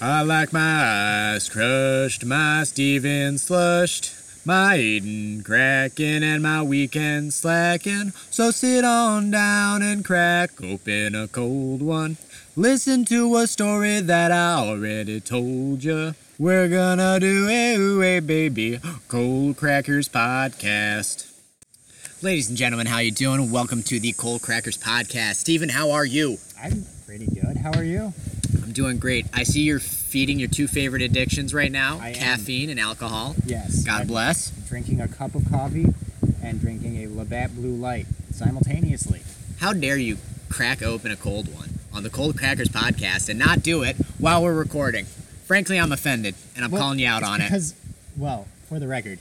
I like my ice crushed, my Steven slushed, my Eden cracking, and my weekend slacking. So sit on down and crack open a cold one. Listen to a story that I already told ya. We're gonna do a ooh, a baby cold crackers podcast. Ladies and gentlemen, how you doing? Welcome to the Cold Crackers podcast. Steven, how are you? I'm pretty good. How are you? I'm doing great. I see you're feeding your two favorite addictions right now, I am. caffeine and alcohol. Yes. God I'm bless. Drinking a cup of coffee and drinking a Labatt Blue Light simultaneously. How dare you crack open a cold one on the Cold Crackers podcast and not do it while we're recording? Frankly, I'm offended and I'm Well, calling you out it's on it. because, well, for the record,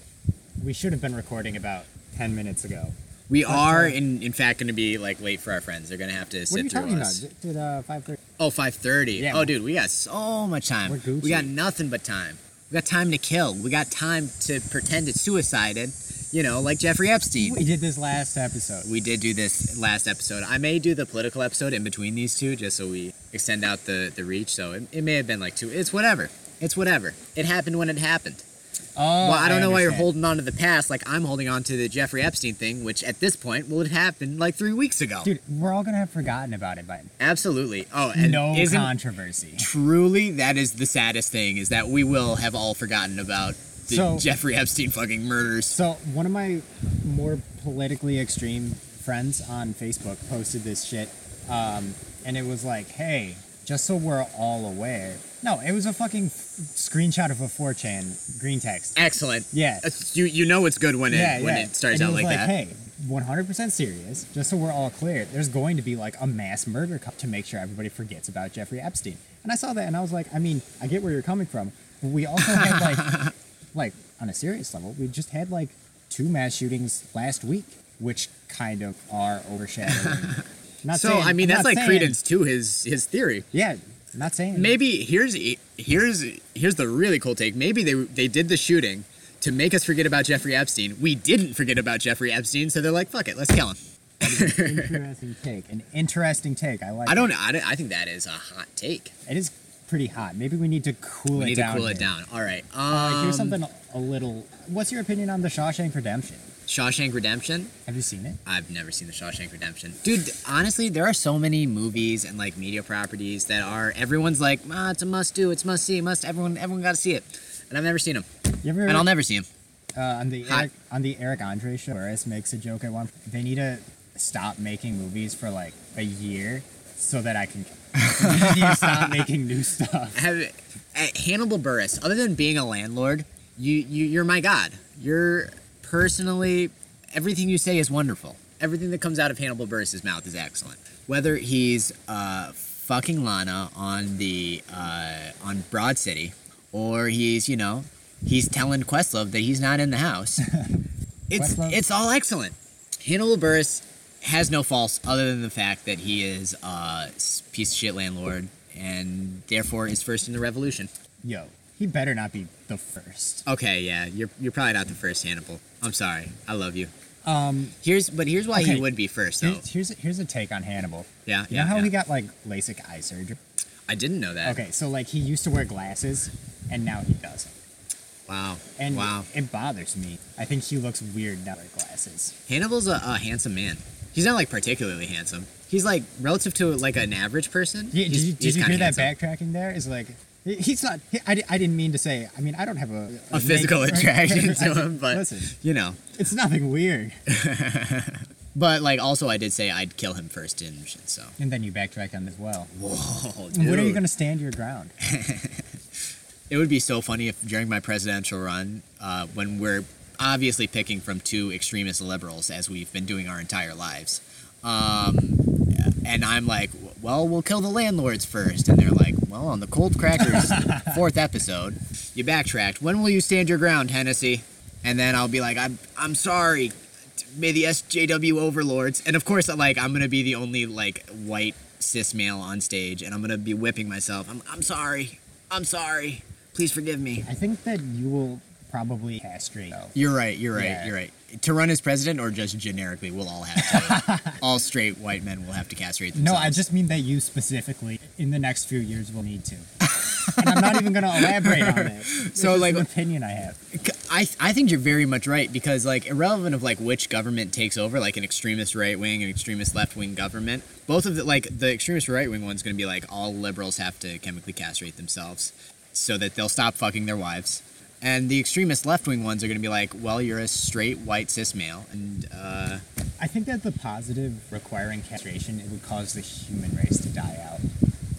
we should have been recording about ten minutes ago. We but, are uh, in in fact going to be like late for our friends. They're going to have to sit what are you through talking us. about? Did uh, five thirty? Oh, 5:30. Yeah. oh, dude, we got so much time. We're Gucci. We got nothing but time. We got time to kill. We got time to pretend it's suicided, you know, like Jeffrey Epstein. We did this last episode. We did do this last episode. I may do the political episode in between these two just so we extend out the, the reach. So it, it may have been like two. It's whatever. It's whatever. It happened when it happened. Oh, well, I don't know why you're understand. holding on to the past like I'm holding on to the Jeffrey Epstein thing, which at this point, well, it happened like three weeks ago. Dude, we're all gonna have forgotten about it by Absolutely. Oh, and no isn't controversy. truly that is the saddest thing is that we will have all forgotten about the So- Jeffrey Epstein fucking murders. So one of my more politically extreme friends on Facebook posted this shit, um, and it was like, "Hey, just so we're all aware." No, it was a fucking f- screenshot of a 4chan green text. Excellent. Yeah, Uh, You you know it's good when it yeah, when yeah. it starts and out it was like, like, that. Hey, 100% serious. Just so we're all clear, there's going to be like a mass murder co- to make sure everybody forgets about Jeffrey Epstein. And I saw that, and I was like, I mean, I get where you're coming from, but we also had like, like on a serious level, we just had like two mass shootings last week, which kind of are overshadowing. not so saying- I mean I'm that's not like saying- credence to his his theory. Yeah, not saying Maybe here's here's here's the really cool take. Maybe they they did the shooting to make us forget about Jeffrey Epstein. We didn't forget about Jeffrey Epstein, so they're like, fuck it, let's kill him. interesting take. An interesting take. I like. I it. don't know. I, don't- I think that is a hot take. It is pretty hot. Maybe we need to cool We it need to down. cool it here. down. All right. Um, Like, here's something a little. What's your opinion on the Shawshank Redemption? Shawshank Redemption. Have you seen it? I've never seen The Shawshank Redemption. Dude, honestly, there are so many movies and like media properties that are everyone's like, ah, it's a must do, it's must see, must everyone everyone got to see it. And I've never seen them. You ever And I'll never see them. uh, on the Hi. Eric, on the Eric Andre show? Burris makes a joke at one. They need to stop making movies for like a year so that I can. they need to stop making new stuff. Have uh, Hannibal Burris, other than being a landlord, you, you you're my god. You're personally everything you say is wonderful. Everything that comes out of Hannibal Burris's mouth is excellent. Whether he's uh, fucking Lana on the uh, on Broad City, or he's you know he's telling Questlove that he's not in the house. it's Questlove? it's all excellent. Hannibal Burris has no faults other than the fact that he is a s- piece of shit landlord and therefore is first in the revolution. Yo, he better not be the first. Okay, yeah, you're you're probably not the first Hannibal. I'm sorry. I love you. Um, Here's but here's why Okay. he would be first though. here's here's a, here's a take on Hannibal. Yeah, You yeah. know how yeah. he got like LASIK eye surgery? I didn't know that. Okay, so like he used to wear glasses, and now he doesn't. Wow. And wow. it bothers me. I think he looks weird now with glasses. Hannibal's a, a handsome man. He's not like particularly handsome. He's like relative to like an average person. Yeah, did he's- you, did he's you kinda hear that handsome. backtracking there? Is like he- he's not. He, I, di- I didn't mean to say. I mean, I don't have a A physical neg- attraction to him, but listen, you know. it's nothing weird. But like, also, I did say I'd kill him first in Mission. So, And then you backtrack on as well. whoa, When are you dude. going to stand your ground? It would be so funny if during my presidential run, uh, when we're obviously picking from two extremist liberals as we've been doing our entire lives, um, and I'm like, well, we'll kill the landlords first, and they're like, well, on the Cold Crackers fourth episode, you backtracked. When will you stand your ground, Hennessy? And then I'll be like, I'm I'm sorry. May the SJW overlords, and of course, like I'm gonna be the only like white cis male on stage, and I'm gonna be whipping myself. I'm I'm sorry. I'm sorry. Please forgive me. I think that you will probably castrate. though. You're right. You're right. Yeah. You're right. To run as president, or just generically, we'll all have to. all straight white men will have to castrate No, themselves. I just mean that you specifically in the next few years will need to. And I'm I'm not even going to elaborate on it. It's So, just like- an opinion I have. I, I think you're very much right because like irrelevant of like which government takes over like an extremist right wing and extremist left wing government both of the like the extremist right wing one's going to be like all liberals have to chemically castrate themselves so that they'll stop fucking their wives and the extremist left wing ones are going to be like well you're a straight white cis male and uh, I think that the positive requiring castration it would cause the human race to die out.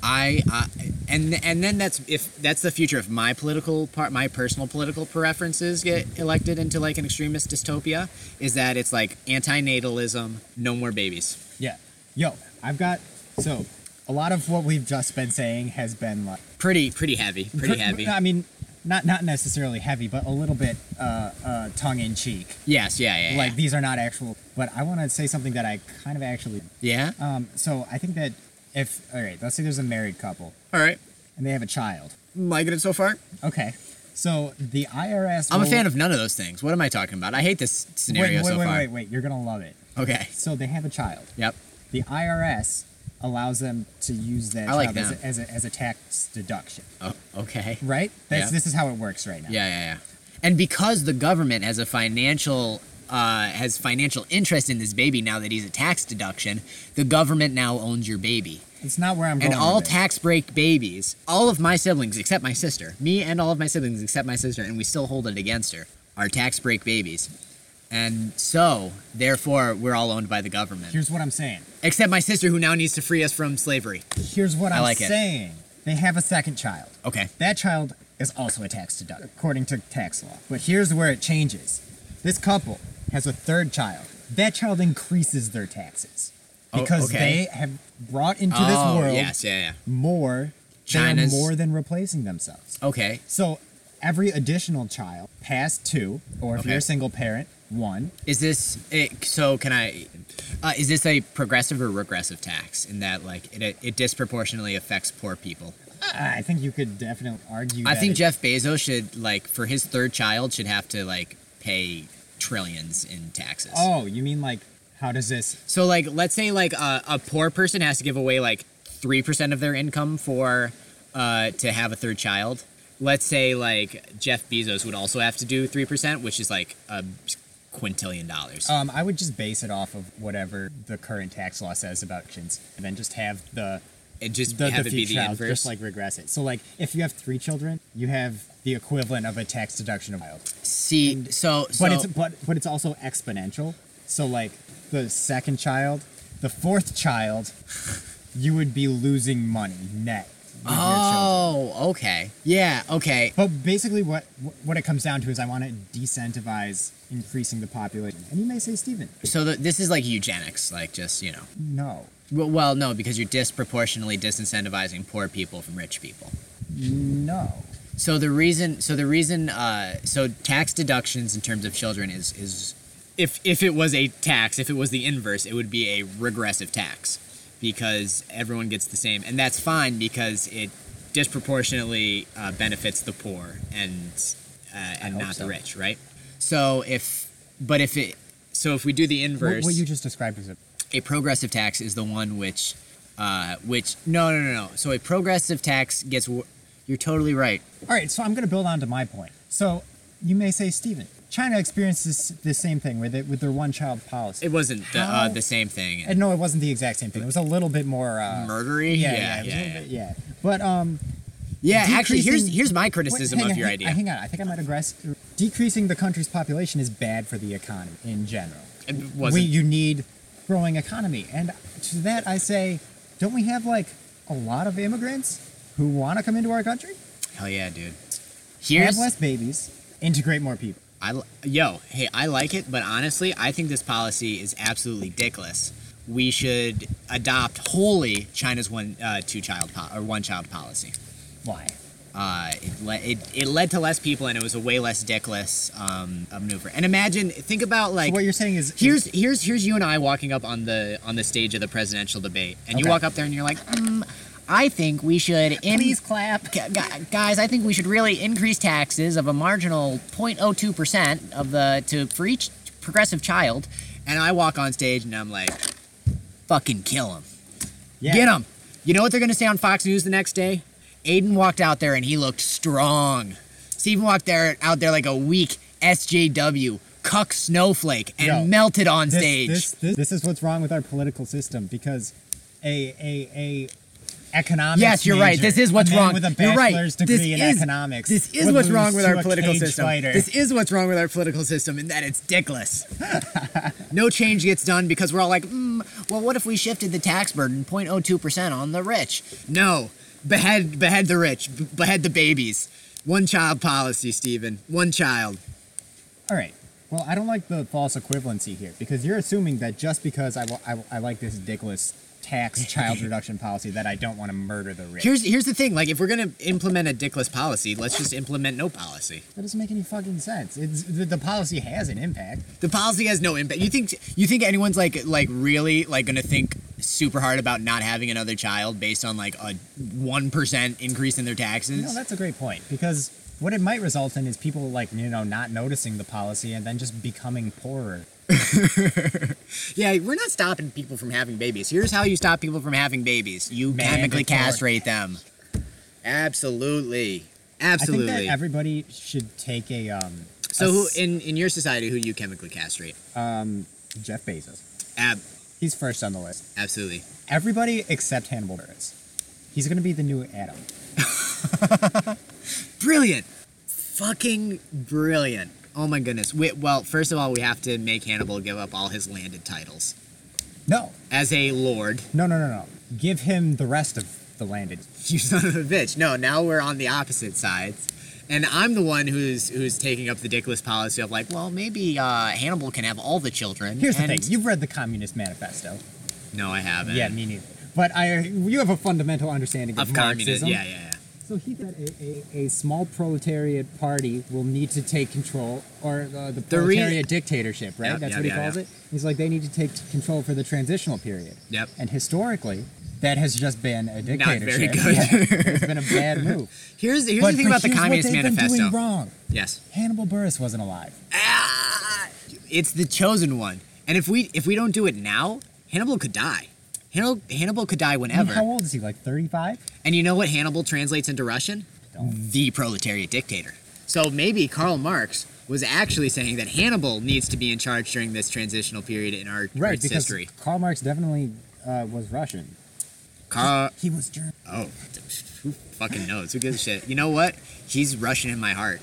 I, I and and then that's if that's the future if my political part my personal political preferences get elected into like an extremist dystopia is that it's like antinatalism no more babies Yeah. Yo, I've got so a lot of what we've just been saying has been like pretty pretty heavy pretty heavy I mean, not not necessarily heavy, but a little bit uh, uh, tongue in cheek. yes yeah yeah yeah. Like these are not actual, but I want to say something that I kind of actually. yeah Um, so I think that if all right, let's say there's a married couple all right and they have a child. liking it so far Okay, so the IRS. I'm a will- fan of none of those things what am I talking about I hate this scenario Wait, wait, so wait, far wait, wait! You're gonna love it. okay So they have a child. yep The IRS allows them to use that I like child as them. a, as, a, as a tax deduction, oh, okay right? That's Yeah. this is how it works right now. Yeah, yeah, yeah. And because the government has a financial uh, has financial interest in this baby now that he's a tax deduction, the government now owns your baby. It's not where I'm going. And all with it. tax break babies, all of my siblings except my sister, me and all of my siblings except my sister, and we still hold it against her, are tax break babies. And so, therefore, we're all owned by the government. Here's what I'm saying. Except my sister, who now needs to free us from slavery. Here's what I I'm like it. saying. They have a second child. Okay. That child is also a tax deduct, according to tax law. But here's where it changes. This couple has a third child. That child increases their taxes Oh, because okay. they have brought into oh, this world yes, yeah, more. they are China's- more than replacing themselves. yeah. Okay. So every additional child past two, or if Okay. you're a single parent, one. Is this it, so? Can I? Uh, is this a progressive or regressive tax in that like it, it disproportionately affects poor people? I think you could definitely argue. I that think it- Jeff Bezos should like for his third child should have to like pay trillions in taxes. Oh, you mean like how does this So like let's say like a, a poor person has to give away like three percent of their income for uh, to have a third child. Let's say like Jeff Bezos would also have to do three percent, which is like a quintillion dollars. Um, I would just base it off of whatever the current tax law says about actions, and then just have the and just the, have the it be few the child inverse. just like regress it. So like if you have three children, you have the equivalent of a tax deduction of child, See, so, so but it's but but it's also exponential. So like the second child, the fourth child, you would be losing money net. with your children. Oh, okay. Yeah, okay. But basically, what what it comes down to is I want to decentivize increasing the population. And you may say, Stephen, So th this is like eugenics, like just, you know. no, Well, well, no, because you're disproportionately disincentivizing poor people from rich people. no. So the reason, so the reason, uh, so tax deductions in terms of children is is, if if it was a tax, if it was the inverse, it would be a regressive tax, because everyone gets the same, and that's fine because it disproportionately uh, benefits the poor and uh, and hope not so. the rich, right? So if, but if it, so if we do the What, inverse, what you just described is a a progressive tax is the one which, uh, which no no no no. So a progressive tax gets. wo- You're totally right. All right, so I'm going to build on to my point. So you may say, Stephen, China experiences the same thing with it with their one-child policy. It wasn't the, uh, How- the same thing. and no, it wasn't the exact same thing. It was a little bit more. Uh, Murdery? Yeah, yeah, yeah, it was a yeah. little yeah. bit- yeah. But um, Yeah, actually, here's Decreasing- here's my wait, criticism hang of on, your hang- idea. Hang on, I think I might digress. Decreasing the country's population is bad for the economy in general. It wasn't. We, you need growing economy, and to that I say, don't we have like a lot of immigrants who want to come into our country? Hell yeah, dude. Have Here's less babies, integrate more people. I li- yo hey I like it, but honestly, I think this policy is absolutely dickless. We should adopt wholly China's one uh, two child po- or one child policy. Why? uh, it, le- it, it led to less people and it was a way less dickless um, a maneuver. And imagine, think about like so what you're saying is here's here's here's you and I walking up on the on the stage of the presidential debate, and you Okay. walk up there and you're like, mm, I think we should in- Please clap. Gu- gu- guys, I think we should really increase taxes of a marginal 0.02 percent of the to for each progressive child. And I walk on stage and I'm like, fucking kill him. Yeah. Get 'em. Get them. You know what they're going to say on Fox News the next day? Aiden walked out there and he looked strong. Steven walked there out there like a weak SJW cuck snowflake and Yo, melted on this, stage. This, this, this is what's wrong with our political system because a a a economics. Yes, you're right. major, This is what's a man wrong. With a You're right. bachelor's This degree in is- economics. This is would what's wrong lose with to our a political cage system. Fighter. This is what's wrong with our political system in that it's dickless. no change gets done because we're all like, mm, well, what if we shifted the tax burden 0.02% on the rich? No. Behead, behead the rich. B- behead the babies. One child policy, Stephen. One child. All right. Well, I don't like the false equivalency here because you're assuming that just because I, wa- I, I like this dickless tax child reduction policy that I don't want to murder the rich. Here's here's the thing. Like, if we're gonna implement a dickless policy, let's just implement no policy. that doesn't make any fucking sense. It's, the, the policy has an impact. The policy has no impact. You think you think anyone's like like really like gonna think super hard about not having another child based on like a one percent increase in their taxes? No, that's a great point because what it might result in is people like you know not noticing the policy and then just becoming poorer. yeah, we're not stopping people from having babies. Here's how you stop people from having babies: you chemically Mandatory. castrate them. Absolutely, absolutely. I think that everybody should take a um, so, a who s- in in your society, who do you chemically castrate? um, Jeff Bezos. Ab- He's first on the list. absolutely. Everybody except Hannibal Buress. He's gonna be the new Adam. Brilliant. Fucking brilliant. Oh my goodness. We, well, first of all, we have to make Hannibal give up all his landed titles. No, As a lord, no, no, no, no. Give him the rest of the landed. you son of a bitch. No, now we're on the opposite sides. And I'm the one who's who's taking up the dickless policy of like, well, maybe uh, Hannibal can have all the children. Here's the and- thing. You've read the Communist Manifesto. No, I haven't. Yeah, me neither. But I, you have a fundamental understanding of, Of communism. Marxism. Yeah, yeah, yeah. So he that a, a, a small proletariat party will need to take control, or uh, the The re- proletariat dictatorship, right? Yep, That's yep, what he yep, calls yep. it. He's like, they need to take control for the transitional period. Yep. And historically, that has just been a dictatorship. very good. Yeah, it's been a bad move. Here's the, here's but, the thing but about the here's what Communist they've been Manifesto. doing wrong. Yes. Hannibal Burris wasn't alive. Ah, it's the chosen one. And if we if we don't do it now, Hannibal could die. Hannibal, Hannibal could die I mean, whenever. how old is he? Like 35? And you know what Hannibal translates into Russian? The proletariat dictator. So maybe Karl Marx was actually saying that Hannibal needs to be in charge during this transitional period in our Right, Earth's because history. Karl Marx definitely uh, was Russian. Karl, He was German. oh, who fucking knows? Who gives a shit? You know what? He's Russian in my heart.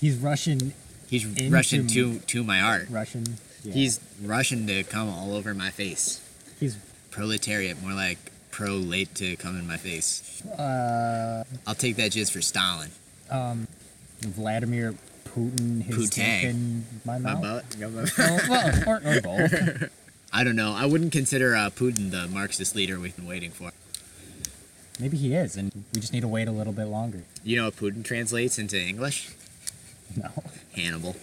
He's Russian. He's Into- Russian to to my heart. Russian. Yeah. He's Russian to come all over my face. he's Proletariat, more like pro late to come in my face. uh, I'll take that jizz for Stalin. um, Vladimir Putin. His Putin. dick in my My mouth. butt. Oh, well, or, or both. I don't know. I wouldn't consider uh, Putin the Marxist leader we've been waiting for. Maybe he is, and we just need to wait a little bit longer. You know what Putin translates into English? No, Hannibal.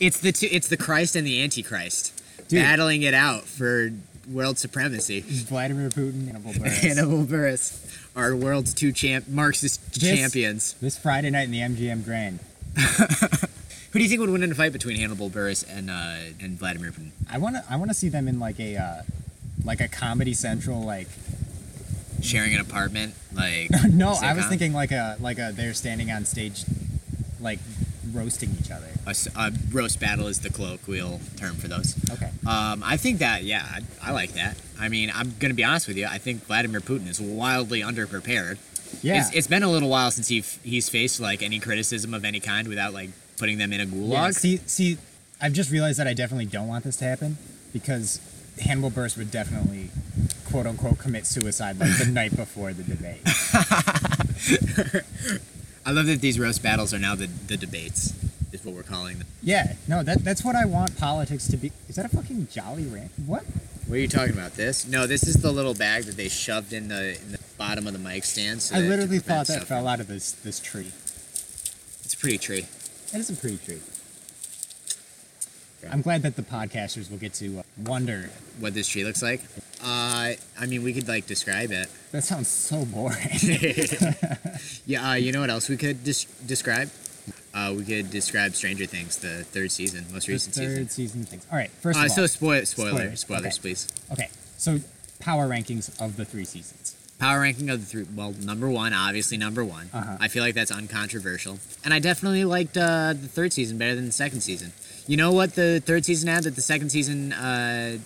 it's the two, it's the Christ and the Antichrist Dude. battling it out for world supremacy. Vladimir Putin, Hannibal Buress. Hannibal Buress, our world's two champ Marxist This- champions. This Friday night in the MGM Grand, Who do you think would win in a fight between Hannibal Buress and uh, and Vladimir Putin? I wanna, I wanna see them in like a, uh, like a Comedy Central like. Sharing an apartment, like No, I was sitcom? thinking like a, like a they're standing on stage, like roasting each other. a, s- a roast battle is the colloquial term for those. Okay. Um, I think that yeah, I, I like that. I mean, I'm gonna be honest with you. I think Vladimir Putin is wildly underprepared. Yeah. It's, it's been a little while since he f- he's faced like any criticism of any kind without like putting them in a gulag. Yeah, see, see, I've just realized that I definitely don't want this to happen because Hannibal Buress would definitely, quote unquote, commit suicide like the night before the debate. I love that these roast battles are now the, the debates, is what we're calling them. Yeah, no, that that's what I want politics to be. Is that a fucking Jolly Rancher? What? What are you talking about? This? No, this is the little bag that they shoved in the, in the bottom of the mic stand. So I that to literally prevent thought that stuff- fell out of this this tree. It's a pretty tree. That is a pretty tree. Yeah. I'm glad that the podcasters will get to uh, wonder. What this tree looks like? Uh, I mean, we could like describe it. That sounds so boring. Yeah, uh, you know what else we could dis- describe? Uh, we could describe Stranger Things, the third season, most The recent season. third season things. All right, first Uh, of so all, spoil- spoiler, Spoilers, spoilers, okay. please. okay, so power rankings of the three seasons. Power ranking of the three. Well, number one, obviously number one. Uh-huh. I feel like that's uncontroversial, and I definitely liked uh, the third season better than the second season. You know what the third season had that the second season uh,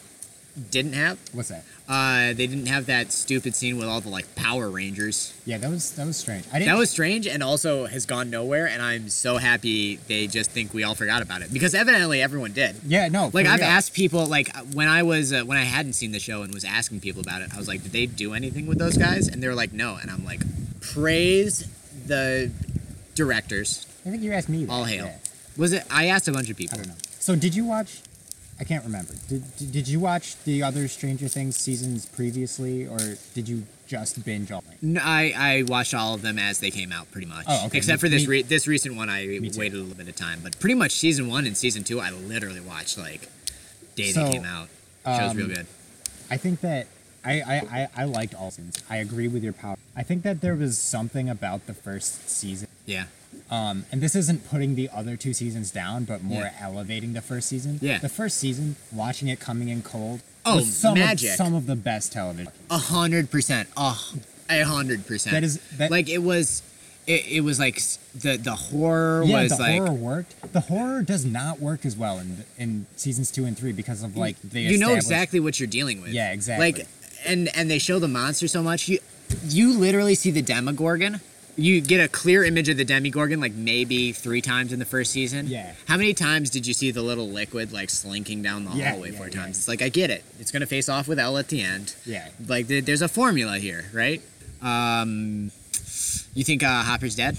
didn't have? What's that? Uh, they didn't have that stupid scene with all the like Power Rangers. Yeah, that was that was strange. I didn't. That was strange and also has gone nowhere, and I'm so happy they just think we all forgot about it because evidently everyone did. Oh, yeah, no. Like for I've real. asked people, like when I was uh, when I hadn't seen the show and was asking people about it, I was like, "Did they do anything with those guys?" And they were like, "No," and I'm like, "Praise the directors." I think you asked me. that, All hail. yeah. Was it? I asked a bunch of I people. don't know. So did you watch? I can't remember. Did, did did you watch the other Stranger Things seasons previously, or did you just binge all? Night? N- I, I watched all of them as they came out, pretty much. Oh, okay. Except Me- for this me- re- this recent one, I Me too. waited a little bit of time, but pretty much season one and season two, I literally watched like day So, they came out. Show's um, real good. I think that I, I, I, I liked all seasons. I agree with your power. I think that there was something about the first season. Yeah. Um, and this isn't putting the other two seasons down, but more Yeah. elevating the first season. Yeah. The first season, watching it coming in cold. Oh, was some magic. Of, some of the best television. A hundred percent. A h- a hundred percent. That is- that- like it was. It, it was like s- the the horror yeah, was the like horror worked. The horror does not work as well in in seasons two and three because of like the you know exactly what you're dealing with. Yeah, exactly. Like, and and they show the monster so much you you literally see the Demogorgon. You get a clear image of the Demigorgon like maybe three times in the first season. Yeah. How many times did you see the little liquid like slinking down the Yeah, hallway yeah, four yeah. times? It's like I get it. It's gonna face off with L at the end. Yeah. Like there- there's a formula here, right? Um, you think uh, Hopper's dead?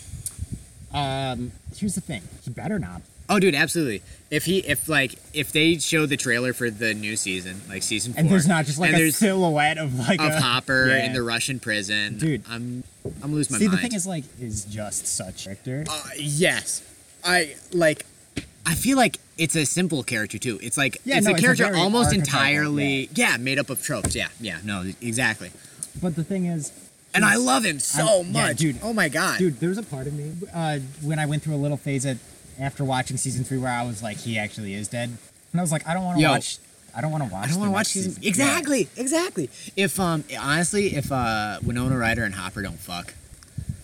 Um, here's the thing. He better not. Oh, dude, absolutely. If he, if like, if they show the trailer for the new season, like season four, And there's not just like and a there's silhouette of like of a Hopper Yeah. in the Russian prison, Dude. I'm, I'm losing my See, mind. the thing is, like, is just such character. uh, yes, I like. I feel like it's a simple character too. It's like Yeah, it's no, a it's a character very almost archetypal, entirely, yeah. made up of tropes. Yeah, yeah, no, exactly. But the thing is, And I love him so yeah, much, dude. Oh my god, dude, there was a part of me uh, when I went through a little phase at, after watching season three where I was like, he actually is dead, and I was like, I don't want to Yo. watch. I don't want to I watch. don't want to watch season. Exactly, exactly. If um, honestly, if uh, Winona Ryder and Hopper don't fuck,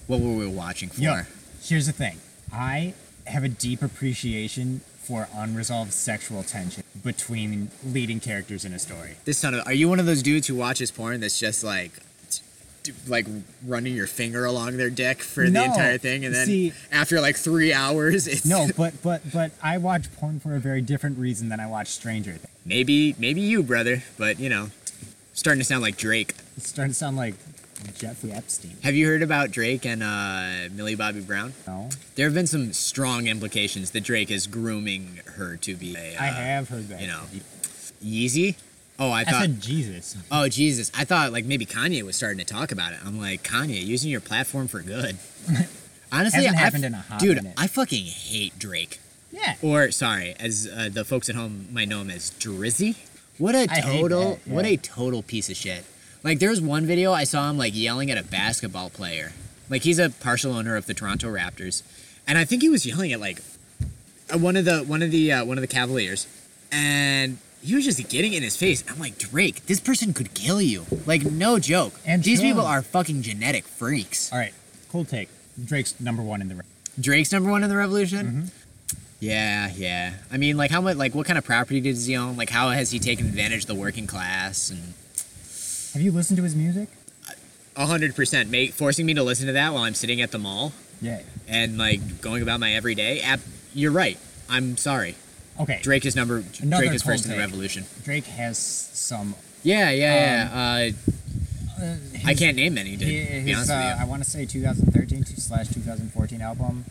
what were we watching for? Yo, here's the thing. I have a deep appreciation for unresolved sexual tension between leading characters in a story. This son of, are you one of those dudes who watches porn that's just like, t- t- like running your finger along their dick for the No, entire thing, and then see- after like three hours, it's No, but but but I watch porn for a very different reason than I watch Stranger. Things. maybe maybe you brother, but you know, starting to sound like Drake. It's starting to sound like Jeffrey Epstein. Have you heard about Drake and uh, Millie Bobby Brown? No. There have been some strong implications that Drake is grooming her to be a, uh, I have heard that. you know, Yeezy. Oh, I I thought. said Jesus. oh Jesus! I thought like maybe Kanye was starting to talk about it. I'm like Kanye using your platform for good. Honestly, Hasn't I happened in a hot dude, minute. I fucking hate Drake. Yeah. Or sorry, as uh, the folks at home might know him as Drizzy. What a I hate total, that, what yeah. a total piece of shit. Like there's one video I saw him like yelling at a basketball player. Like he's a partial owner of the Toronto Raptors, and I think he was yelling at like uh, one of the one of the uh, one of the Cavaliers, and he was just getting in his face. I'm like Drake, this person could kill you. Like no joke. And these people are drugs. fucking genetic freaks. All right. Cool take. Drake's number one in the. ra- Drake's number one in the Revolution. Mm-hmm. Yeah, yeah. I mean, like how much? Like what kind of property does he own? Like how has he taken advantage of the working class? And Have you listened to his music? hundred percent, make forcing me to listen to that while I'm sitting at the mall Yeah. and like going about my everyday. App, you're right. I'm sorry. Okay. Drake, Drake is number. Another Drake is first cold in the take. Revolution. has some. Yeah, yeah, yeah. uh, Uh, I Um, his- can't name any. To hi- be His, honest uh, I with want to say 2013 to- slash 2014 album.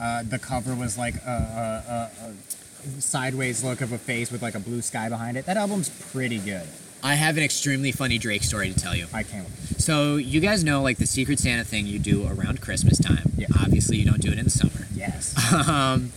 Uh, the cover was like a, a, a, a sideways look of a face with like a blue sky behind it. That album's pretty good. you, I have an extremely funny Drake story to tell you. I can't. So you guys know like the Secret Santa thing you do around Christmas time. Yeah. Obviously, you don't do it in the summer. Yes. um,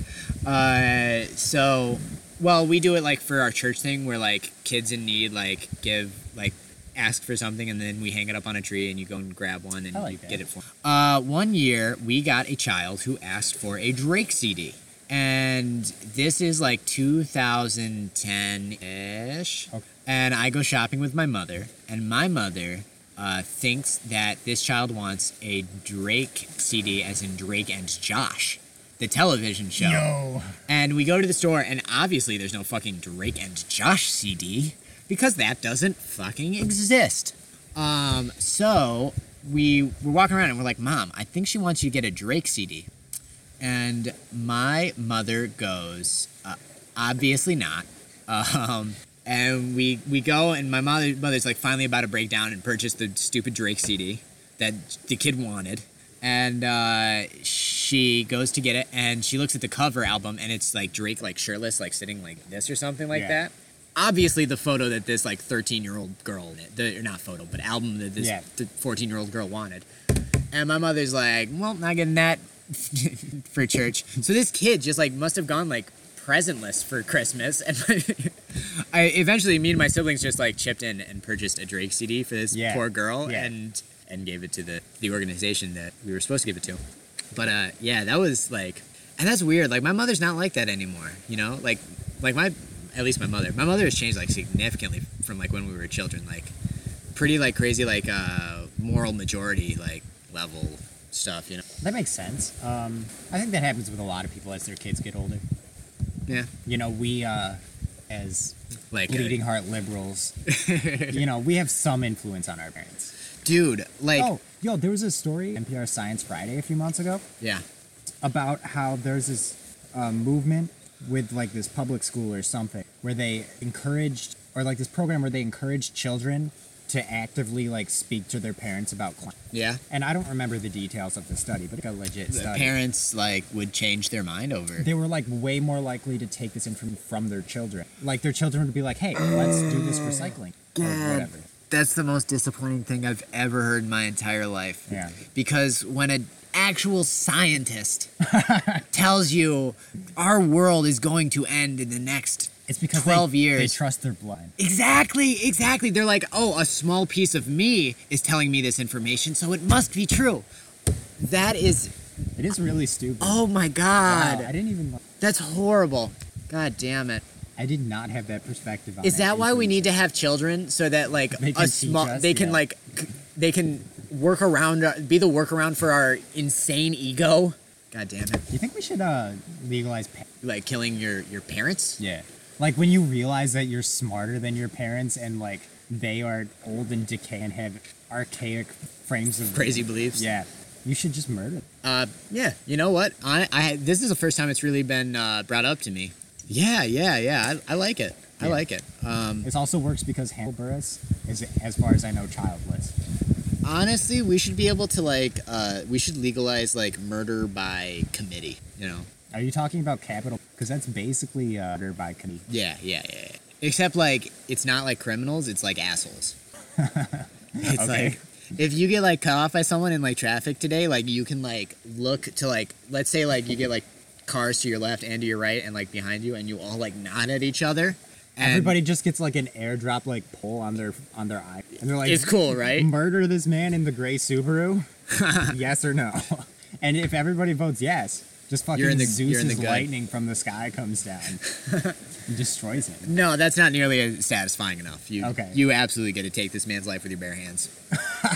uh, so, well, we do it like for our church thing where like kids in need like give like ask for something and then we hang it up on a tree and you go and grab one and I like you that. get it for. Uh, one year we got a child who asked for a Drake CD. And this is like 2010 ish. Okay. And I go shopping with my mother, and my mother uh, thinks that this child wants a Drake CD, as in Drake and Josh, the television show. Yo. And we go to the store, and obviously there's no fucking Drake and Josh CD because that doesn't fucking exist. Um, so we were walking around and we're like, Mom, I think she wants you to get a Drake CD. And my mother goes, uh, Obviously not. Um, and we, we go, and my mother, mother's like finally about to break down and purchase the stupid Drake CD that the kid wanted. And uh, she goes to get it, and she looks at the cover album, and it's like Drake, like shirtless, like sitting like this or something like Yeah. that obviously the photo that this like 13 year old girl the, or not photo but album that this Yeah. 14 year old girl wanted and my mother's like well not getting that for church so this kid just like must have gone like presentless for christmas and i eventually me and my siblings just like chipped in and purchased a drake cd for this Yeah. poor girl Yeah. and and gave it to the the organization that we were supposed to give it to but uh, yeah, that was like, and that's weird. Like my mother's not like that anymore. You know, like like my at least my mother. My mother has changed like significantly from like when we were children. Like pretty like crazy like uh, moral majority like level stuff. You know. That makes sense. Um, I think that happens with a lot of people as their kids get older. Yeah. You know, we uh, as Like uh, bleeding heart liberals, you know, we have some influence on our parents. dude, like Oh, yo, there was a story NPR Science Friday a few months ago yeah, about how there's this uh, movement with like this public school or something where they encouraged or like this program where they encouraged children to actively like speak to their parents about climate. yeah. And I don't remember the details of the study, but it's a legit The study. parents like would change their mind over. they were like way more likely to take this information from their children. Like their children would be like, "Hey, let's do this recycling or whatever." That's the most disappointing thing I've ever heard in my entire life. Yeah. Because when an actual scientist tells you our world is going to end in the next It's because 12 they, years. they trust their blood. Exactly, exactly. They're like, "Oh, a small piece of me is telling me this information, so it must be true." That is It is really stupid. Oh my Wow, god. I didn't even. That's horrible. God damn it. I did not have that perspective. on Is that why we need to have children so that like They a can teach small us, they can yeah. like c- they can work around our- be the workaround for our insane ego? God damn it! Do you think we should uh, legalize? Pa- Like killing your your parents? yeah. Like when you realize that you're smarter than your parents and like they are old and decay and have archaic frames of Crazy beliefs. Yeah. You should just murder. them. Uh, yeah. You know what? I I this is the first time it's really been uh, brought up to me. Yeah, yeah, yeah. I, I like it. I Yeah. like it. Um, This also works because Hannibal Buress is, as far as I know, childless. honestly, we should be able to like uh, we should legalize like murder by committee. You know? Are you talking about capital? Because that's basically uh, murder by committee. Yeah, yeah, yeah. yeah. Except like it's not like criminals, it's like assholes. it's Okay. like if you get like cut off by someone in like traffic today, like you can like look to like let's say like you get like cars to your left and to your right and like behind you and you all like nod at each other. And Everybody just gets like an airdrop like pull on their on their eye, and they're like, it's cool, right? murder this man in the gray Subaru? yes or no? And if everybody votes yes, just fucking You're in the- you're in the Zeus's good. lightning from the sky comes down and destroys him. No, that's not nearly as satisfying enough. You Okay. you absolutely get to take this man's life with your bare hands.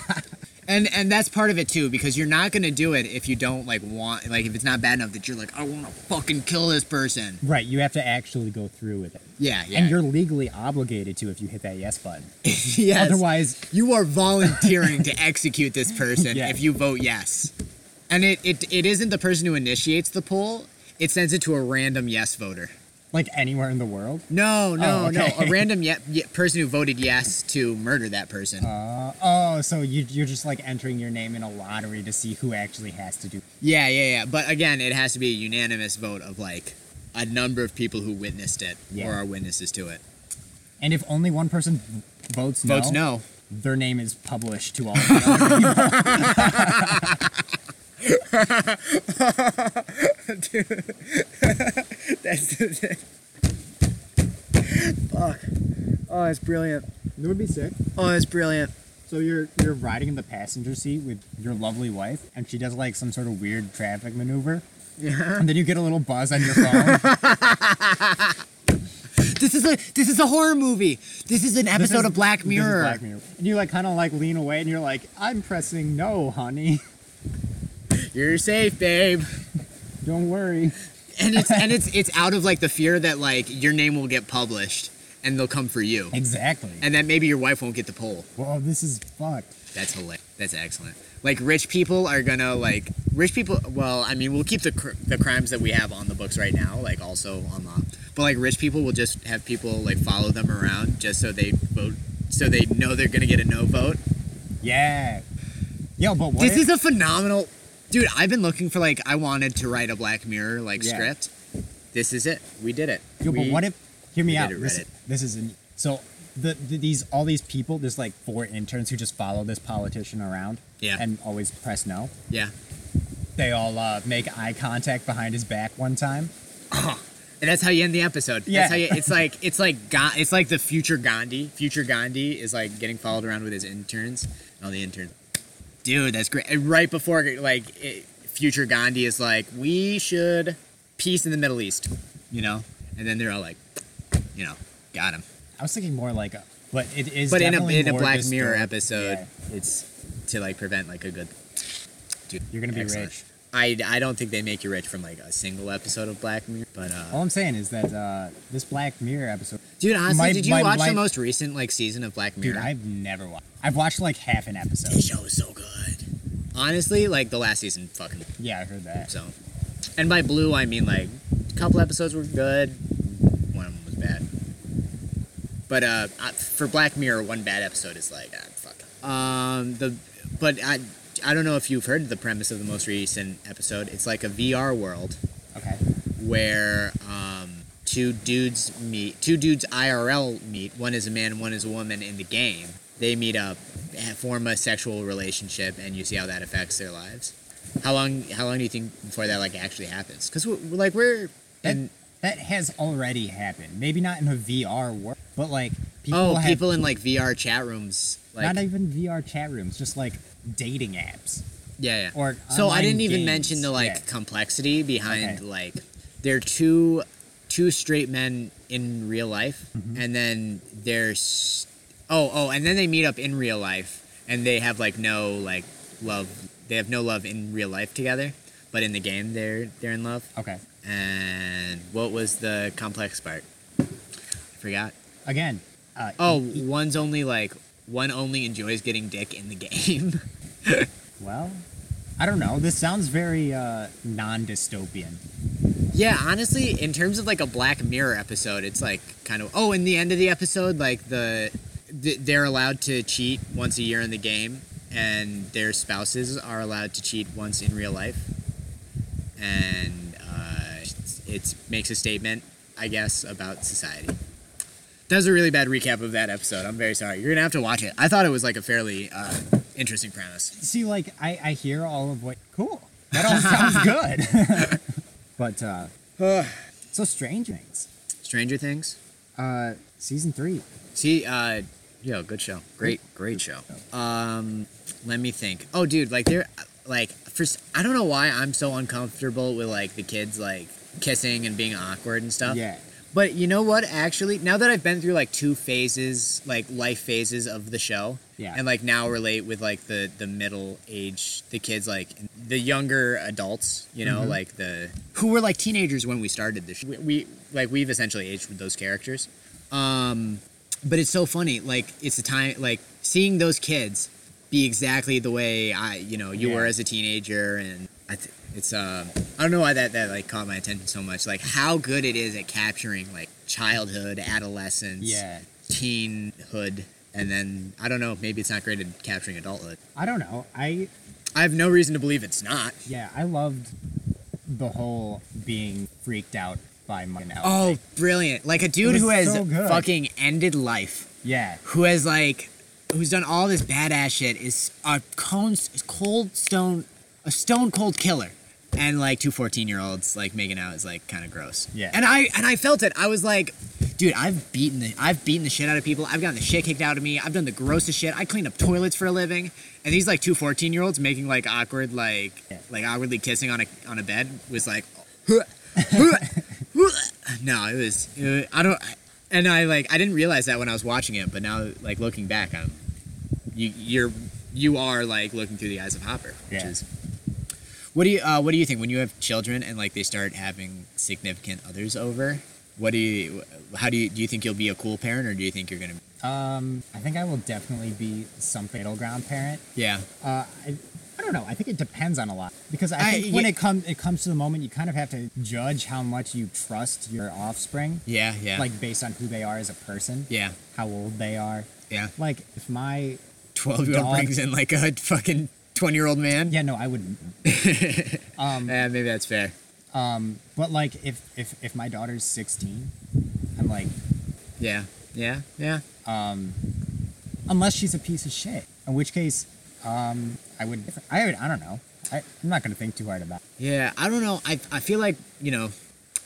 and and that's part of it too because you're not going to do it if you don't like want like if it's not bad enough that you're like I want to fucking kill this person. Right, you have to actually go through with it. Yeah, yeah. And you're legally obligated to if you hit that yes button. yes. Otherwise, you are volunteering to execute this person Yeah. if you vote yes. And it, it it isn't the person who initiates the poll. It sends it to a random yes voter. like anywhere in the world. No, no, Oh, no. okay. A random ye- ye- person who voted yes to murder that person. Uh, oh, so you, you're just like entering your name in a lottery to see who actually has to do. yeah, yeah, yeah. But again, it has to be a unanimous vote of like a number of people who witnessed it Yeah. or are witnesses to it. And if only one person v- votes no, Votes no. their name is published to all of the other people. That's the thing. Fuck. Oh, that's brilliant. That would be sick. Oh, that's brilliant. So you're you're riding in the passenger seat with your lovely wife, and she does like some sort of weird traffic maneuver, Yeah. and then you get a little buzz on your phone. This is a this is a horror movie. This is an This episode is- of Black this is Mirror. Black Mirror. And you like kind of like lean away and you're like, I'm pressing no, honey. You're safe, babe. Don't worry. And it's and it's it's out of like the fear that like your name will get published and they'll come for you. Exactly. And that maybe your wife won't get the poll. Well, this is fucked. That's hilarious. That's excellent. Like rich people are gonna like rich people. Well, I mean, we'll keep the cr- the crimes that we have on the books right now, like also unlocked. But like rich people will just have people like follow them around just so they vote, so they know they're gonna get a no vote. Yeah. Yo, but what? This if- is a phenomenal, dude. I've been looking for like I wanted to write a Black Mirror like Yeah. script. This is it. We did it. Yo, but We- what if? Hear me we did out. it, This, Reddit. this is an, so the, the these all these people. There's like four interns who just follow this politician around. Yeah. And always press no. Yeah. They all uh, make eye contact behind his back one time. And that's how you end the episode. Yeah. That's how you, it's like it's like Ga- it's like the future Gandhi. Future Gandhi is like getting followed around with his interns and all the interns. Dude, that's great. And right before like it, future Gandhi is like, we should peace in the Middle East, you know. And then they're all like, you know, got him. I was thinking more like, a, but it is. but in a definitely in a more uh, Black Mirror dystopian. episode, Yeah. it's to like prevent like a good. Dude, You're gonna be excellent. rich. I, I don't think they make you rich from like a single episode of Black Mirror, but uh, All I'm saying is that uh, this Black Mirror episode, Dude, honestly, My- did you my- watch my- the most recent like season of Black dude, Mirror? I've never watched. I've watched like half an the episode. show is so good. Honestly, like the last season, fucking Yeah, I heard that. so. And by blue, I mean like a couple episodes were good, one of them was bad. But uh, I- for Black Mirror, one bad episode is like, ah, fuck. Um, the, but I, I don't know if you've heard the premise of the most recent episode. It's like a VR world Okay. where um, two dudes meet, two dudes IRL meet. One is a man, and one is a woman in the game. They meet up, and form a sexual relationship, and you see how that affects their lives. How long? How long do you think before that like actually happens? Because we're, we're, like we're and That has already happened. Maybe not in a VR world, but like people oh have people in like VR chat rooms like not even VR chat rooms, just like dating apps. yeah yeah. or so I online didn't even games. mention the like Yeah. complexity behind Okay. like they're two two straight men in real life, Mm-hmm. and then there's oh oh, and then they meet up in real life, and they have like no like love. They have no love in real life together, but in the game they're they're in love. Okay. And what was the complex part? I forgot. Again. Uh, Oh, one's only like one only enjoys getting dick in the game. Well, I don't know. This sounds very uh, non-dystopian. Yeah, honestly, in terms of like a Black Mirror episode, it's like kind of oh, in the end of the episode, like the th- they're allowed to cheat once a year in the game, and their spouses are allowed to cheat once in real life, and uh, it makes a statement, I guess, about society. That was a really bad recap of that episode. I'm very sorry. You're gonna have to watch it. I thought it was like a fairly uh, interesting premise. See, like I, I hear all of what. Cool. That all sounds good. but uh, so Strange Things, Stranger Things. uh, season three. See, uh, yo, good show. Great, great show. Um, let me think. Oh, dude, like they're like first. I don't know why I'm so uncomfortable with like the kids like kissing and being awkward and stuff. Yeah. But you know what? Actually, now that I've been through like two phases, like life phases of the show, Yeah. and like now relate with like the the middle age, the kids like the younger adults, you know, like the Mm-hmm. who were like teenagers when we started this. We, we like we've essentially aged with those characters. Um, but it's so funny. Like it's the time, like seeing those kids be exactly the way I, you know, you Yeah. were as a teenager, and I th- it's uh, I don't know why that that like caught my attention so much. Like how good it is at capturing like childhood, adolescence, Yeah. teenhood, and then I don't know. Maybe it's not great at capturing adulthood. I don't know. I I have no reason to believe it's not. yeah. I loved the whole being freaked out by my. Oh, brilliant! Like a dude was who has so good. fucking ended life. Yeah. who has like who's done all this badass shit is a cone, cold stone a stone cold killer and like two 14 year olds like making out is like kind of gross Yeah. and i and i felt it i was like dude i've beaten the i've beaten the shit out of people i've gotten the shit kicked out of me i've done the grossest shit i cleaned up toilets for a living and these like two 14 year olds making like awkward like Yeah. like awkwardly kissing on a on a bed was like no it was, it was i don't and I like I didn't realize that when I was watching it, but now like looking back, I'm you you're you are like looking through the eyes of Hopper, which Yeah. is. What do you uh, What do you think when you have children and like they start having significant others over? What do you? How do you? Do you think you'll be a cool parent or do you think you're gonna? Um, I think I will definitely be some fatal ground parent. Yeah, Uh, I, I don't know. I think it depends on a lot because I I- think when yeah. it comes it comes to the moment, you kind of have to judge how much you trust your offspring, yeah, yeah. like based on who they are as a person, yeah, how old they are. yeah. Like if my Twelve year old Dog. brings in like a fucking twenty year old man. yeah no, I wouldn't. um, Eh, maybe that's fair. but like if if if my daughter's sixteen, I'm like Yeah, yeah, yeah. unless she's a piece of shit, in which case, um, I would I would I don't know. I, I'm not gonna think too hard about. It. Yeah, I don't know. I, I feel like, you know,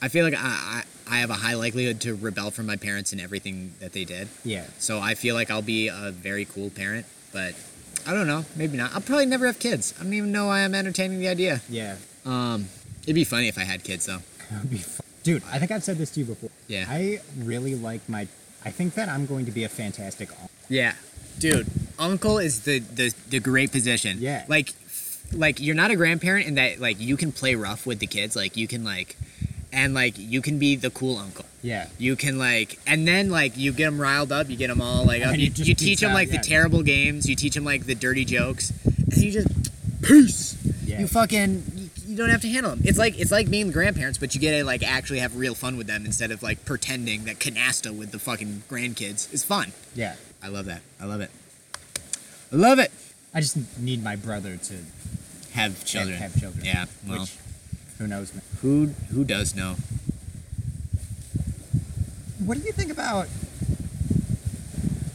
I feel like I, I, I have a high likelihood to rebel from my parents and everything that they did. Yeah. So I feel like I'll be a very cool parent, but I don't know. Maybe not. I'll probably never have kids. I don't even know why I'm entertaining the idea. Yeah. Um, it'd be funny if I had kids, though. That'd be fu- Dude, I think I've said this to you before. Yeah. I really like my. I think that I'm going to be a fantastic. uncle. Yeah. Dude, uncle is the, the, the great position. Yeah. Like, like you're not a grandparent in that, like, you can play rough with the kids. Like, you can, like, and, like, you can be the cool uncle. Yeah. you can like and then like you get them riled up you get them all like up And you, you just you peace teach them out, like yeah. the terrible games you teach them like the dirty jokes and you just peace Yeah. you fucking you, you don't have to handle them it's like it's like being the grandparents but you get to like actually have real fun with them instead of like pretending that canasta with the fucking grandkids is fun yeah. i love that i love it i love it I just need my brother to have children have children. yeah well Which, who knows? Man. who who does know What do you think about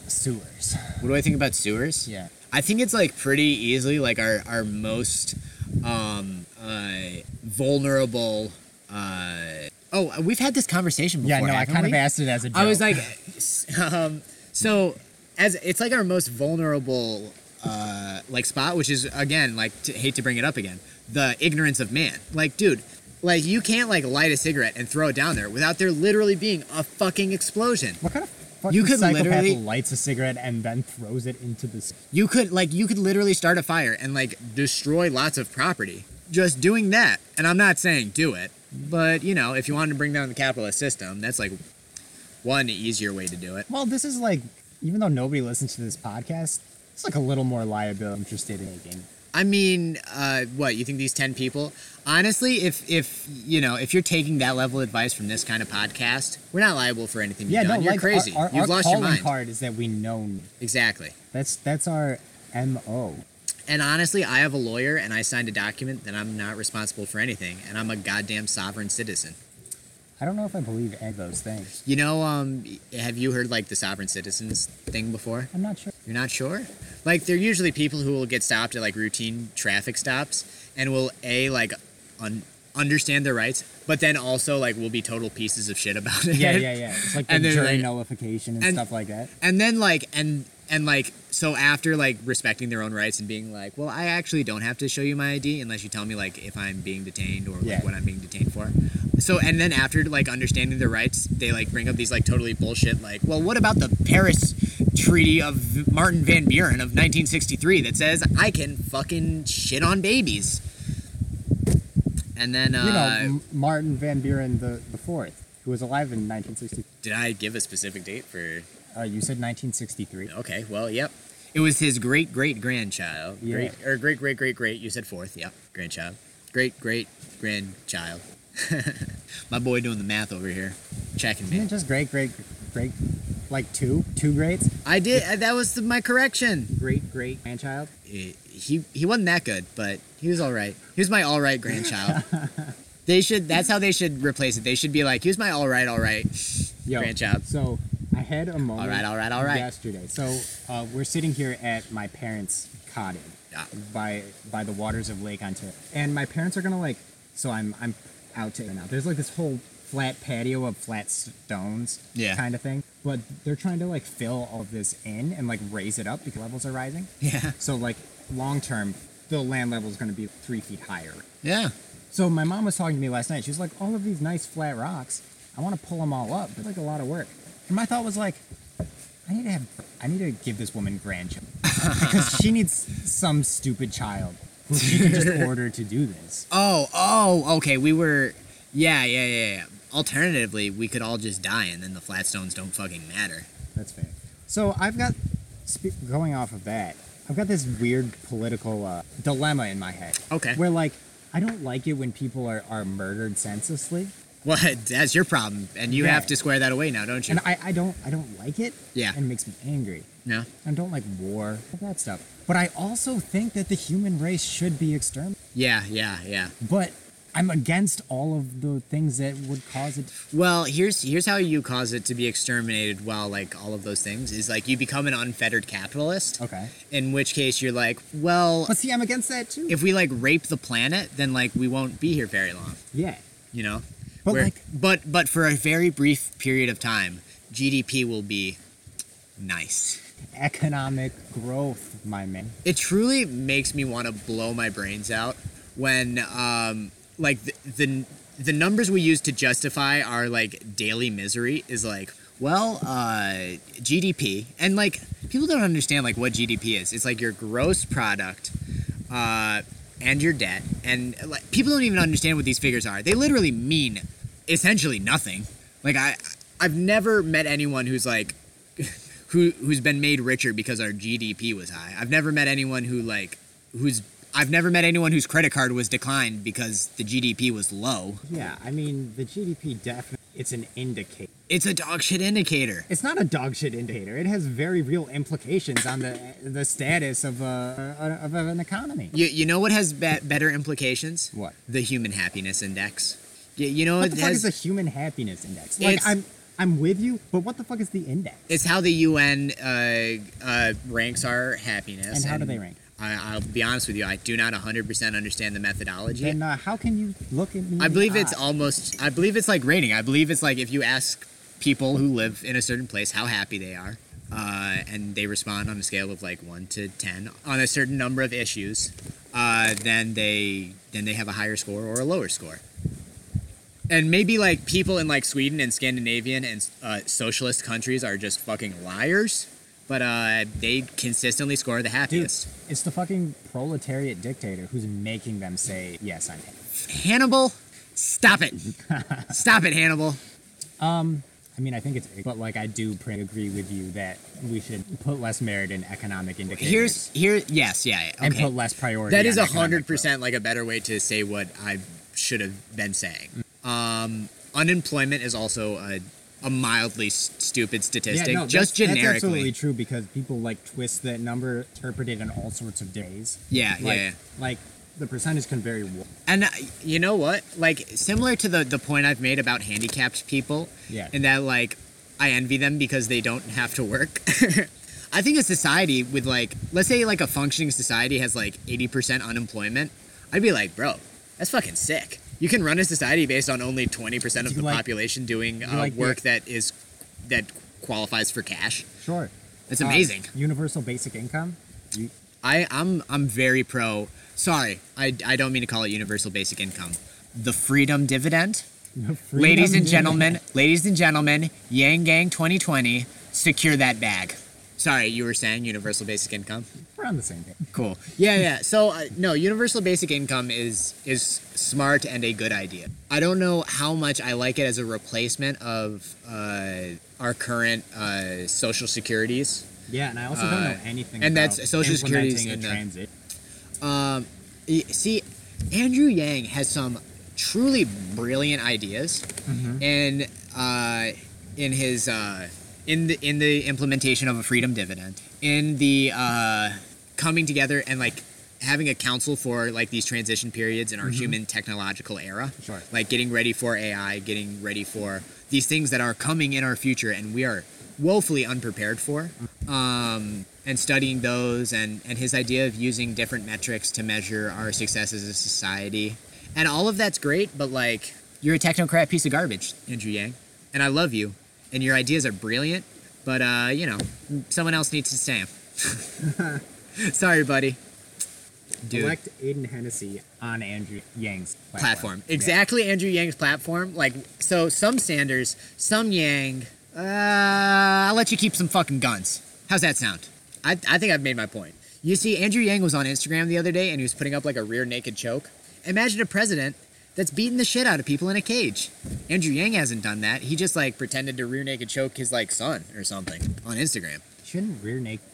sewers? what do i think about sewers Yeah. I think it's like pretty easily like our our most um, uh, vulnerable. Uh, oh, we've had this conversation before. Yeah. No, I haven't kind of we? asked it as a joke. I was like, s- um, so as it's like our most vulnerable uh, like spot, which is again like to, hate to bring it up again, the ignorance of man. Like, dude, like you can't like light a cigarette and throw it down there without there literally being a fucking explosion. what kind of fucking You could psychopath literally- lights a cigarette and then throws it into the. s- You could like you could literally start a fire and like destroy lots of property just doing that. And I'm not saying do it, but you know, if you wanted to bring down the capitalist system, that's like one easier way to do it. Well, this is like, even though nobody listens to this podcast, it's like a little more liability I'm interested in making. I mean, uh, what you think these ten people? Honestly, if if you know if you're taking that level of advice from this kind of podcast, we're not liable for anything you've Yeah, no, done. You're like crazy. Our, our, You've our lost your calling mind. card is that we know. Exactly. That's that's our mo. And honestly, I have a lawyer and I signed a document that I'm not responsible for anything, and I'm a goddamn sovereign citizen. I don't know if I believe any of those things. You know, um, have you heard like the sovereign citizens thing before? I'm not sure. You're not sure? Like, they're usually people who will get stopped at like routine traffic stops and will a like un- understand their rights, but then also like will be total pieces of shit about it. Yeah, yeah, yeah. It's like the And they're jury like- nullification and, and- stuff like that. And then like and and like so after like respecting their own rights and being like, well, I actually don't have to show you my ID unless you tell me like if I'm being detained or Yeah. like what I'm being detained for. So and then after like understanding their rights, they like bring up these like totally bullshit like, well, what about the Paris Treaty of Martin Van Buren of 1963 that says I can fucking shit on babies. And then uh, you know, M- Martin Van Buren the the fourth, who was alive in 1960. did I give a specific date for Uh, you said 1963. Okay, well, yep. It was his great great grandchild. Yeah. Great or great great great great. You said fourth, yep. Grandchild. Great great grandchild. My boy doing the math over here, checking Isn't me. it just great, great, great, like two, two greats? I did. I, that was the, my correction. Great, great grandchild. Eh, He he wasn't that good, but he was all right. He was my all right grandchild. they should. That's how they should replace it. They should be like, he was my all right, all right. Yo, Grandchild. So I had a moment. right, all right, all right. Yesterday, so uh, we're sitting here at my parents' cottage Yeah. by by the waters of Lake Ontario, and my parents are gonna like. So I'm I'm out to now. There's like this whole flat patio of flat stones, Yeah. kind of thing. But they're trying to like fill all of this in and like raise it up because levels are rising. Yeah. So like long term, the land level is gonna be three feet higher. Yeah. So my mom was talking to me last night. She was like, "All of these nice flat rocks, I want to pull them all up, but like a lot of work." And my thought was like, I need to have, I need to give this woman grandchildren because she needs some stupid child who she can just order to do this. Oh, oh, okay. We were, yeah, yeah, yeah, yeah. Alternatively, we could all just die, and then the flatstones don't fucking matter. That's fair. So I've got, spe- going off of that, I've got this weird political uh, dilemma in my head. Okay. Where like, I don't like it when people are, are murdered senselessly, Well, that's your problem, and you Yeah. have to square that away now, don't you? and I, I don't I don't like it. Yeah. And it makes me angry. no. I don't like war, all that stuff. But I also think that the human race should be exterminated. Yeah, yeah, yeah. But I'm against all of the things that would cause it. Well, here's here's how you cause it to be exterminated while like all of those things is like you become an unfettered capitalist. Okay. In which case you're like, well, But see, I'm against that too. if we like rape the planet, then like we won't be here very long, yeah. you know? But Where- like, but but for a very brief period of time, GDP will be nice. economic growth, my man. It truly makes me want to blow my brains out when um like the, the the numbers we use to justify our like daily misery is like well uh GDP and like people don't understand like what GDP is. It's like your gross product uh and your debt and like people don't even understand what these figures are. They literally mean essentially nothing. Like I I've never met anyone who's like who who's been made richer because our GDP was high. I've never met anyone who like who's I've never met anyone whose credit card was declined because the GDP was low. Yeah, I mean, the GDP definitely, it's an indicator. It's a dog shit indicator. It's not a dog shit indicator. It has very real implications on the the status of, a, of an economy. You, you know what has be- better implications? What? The human happiness index. You, you know What it the fuck has, is a human happiness index? Like, It's- I'm, I'm with you, but what the fuck is the index? it's how the UN uh, uh, ranks our happiness. And how do they rank? I, I'll be honest with you. I do not 100% understand the methodology. Then uh, how can you look at me? I in the believe it's eye? almost. I believe it's like rating. I believe it's like if you ask people who live in a certain place how happy they are, uh, and they respond on a scale of like one to ten on a certain number of issues, uh, then they then they have a higher score or a lower score. And maybe like people in like Sweden and Scandinavian and uh, socialist countries are just fucking liars, but uh, they consistently score the Dude, happiest. it's the fucking proletariat dictator who's making them say, yes, I'm happy. Hannibal, stop it, stop it, Hannibal. I mean, I think it's, but like, I do pretty agree with you that we should put less merit in economic indicators. Here's here. Yes, yeah. yeah okay. and put less priority. That is on a hundred economic growth. percent like a better way to say what I should have been saying. Mm. Um, unemployment is also a, a mildly s- stupid statistic, Yeah, no, just that's, generically. That's absolutely true because people like twist that number, interpret it in all sorts of days. Yeah, like, yeah, yeah. Like the percentage can vary. wa- And uh, you know what? Like similar to the the point I've made about handicapped people, Yeah. and that like I envy them because they don't have to work. I think a society with like let's say like a functioning society has like 80% unemployment, I'd be like, "Bro, that's fucking sick. You can run a society based on only 20% of You the like- population doing uh, like the- work that is that qualifies for cash. Sure. That's Um, amazing. universal basic income. You, I, I'm I'm very pro. Sorry, I, I don't mean to call it universal basic income. The freedom dividend. ladies freedom- and gentlemen, ladies and gentlemen, Yang Gang 2020, secure that bag. Sorry, you were saying universal basic income. We're on the same page. Cool. Yeah, yeah. So uh, no, universal basic income is is smart and a good idea. I don't know how much I like it as a replacement of uh, our current uh, social securities. Yeah, and I also don't Uh, know anything. and about that's Social Security's implementing in a the- transit. Y- See, Andrew Yang has some truly brilliant ideas, and uh, in his uh, in the in the implementation of a freedom dividend, in the uh, coming together and like having a council for like these transition periods in our human technological era, Sure. like getting ready for AI, getting ready for these things that are coming in our future, and we are woefully unprepared for um, and studying those and, and his idea of using different metrics to measure our success as a society. And all of that's great, but like, you're a technocrat piece of garbage, Andrew Yang. And I love you, and your ideas are brilliant, but uh, you know, someone else needs to say 'em. Sorry, buddy. Dude. Elect Aiden Hennessy on Andrew Yang's platform. platform. Yeah. Exactly Andrew Yang's platform. Like so some Sanders, some Yang, Uh, I'll let you keep some fucking guns. How's that sound? I, I think I've made my point. You see, Andrew Yang was on Instagram the other day and he was putting up like a rear naked choke. Imagine a president that's beating the shit out of people in a cage. Andrew Yang hasn't done that. He just like pretended to rear naked choke his like son or something on Instagram. Shouldn't rear naked.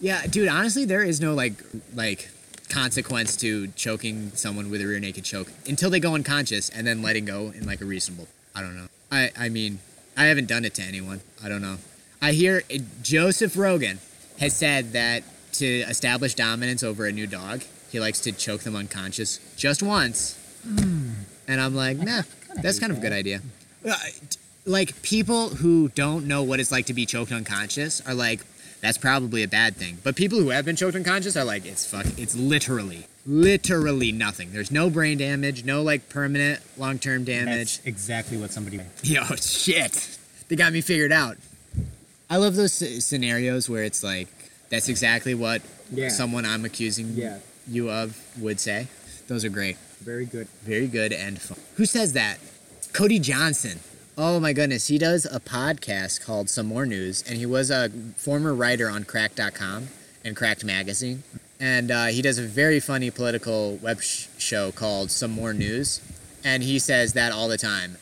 Yeah, dude. Honestly, there is no like like consequence to choking someone with a rear naked choke until they go unconscious and then letting go in like a reasonable. I don't know. I I mean, I haven't done it to anyone. I don't know. I hear it, Joseph Rogan has said that to establish dominance over a new dog, he likes to choke them unconscious just once. And I'm like, nah, that's hate kind of a good that. idea. Uh, t- Like people who don't know what it's like to be choked unconscious are like, that's probably a bad thing. But people who have been choked unconscious are like, it's fuck, it's literally, literally nothing. There's no brain damage, no like permanent long term damage. That's exactly what somebody. Yo, shit. They got me figured out. I love those sce- scenarios where it's like, that's exactly what Yeah. someone I'm accusing Yeah. you of would say. Those are great. Very good. Very good and fun. Who says that? Cody Johnson. Oh my goodness. He does a podcast called Some More News, and he was a former writer on Cracked.com and Cracked Magazine. And uh, he does a very funny political web sh- show called Some More News, and he says that all the time.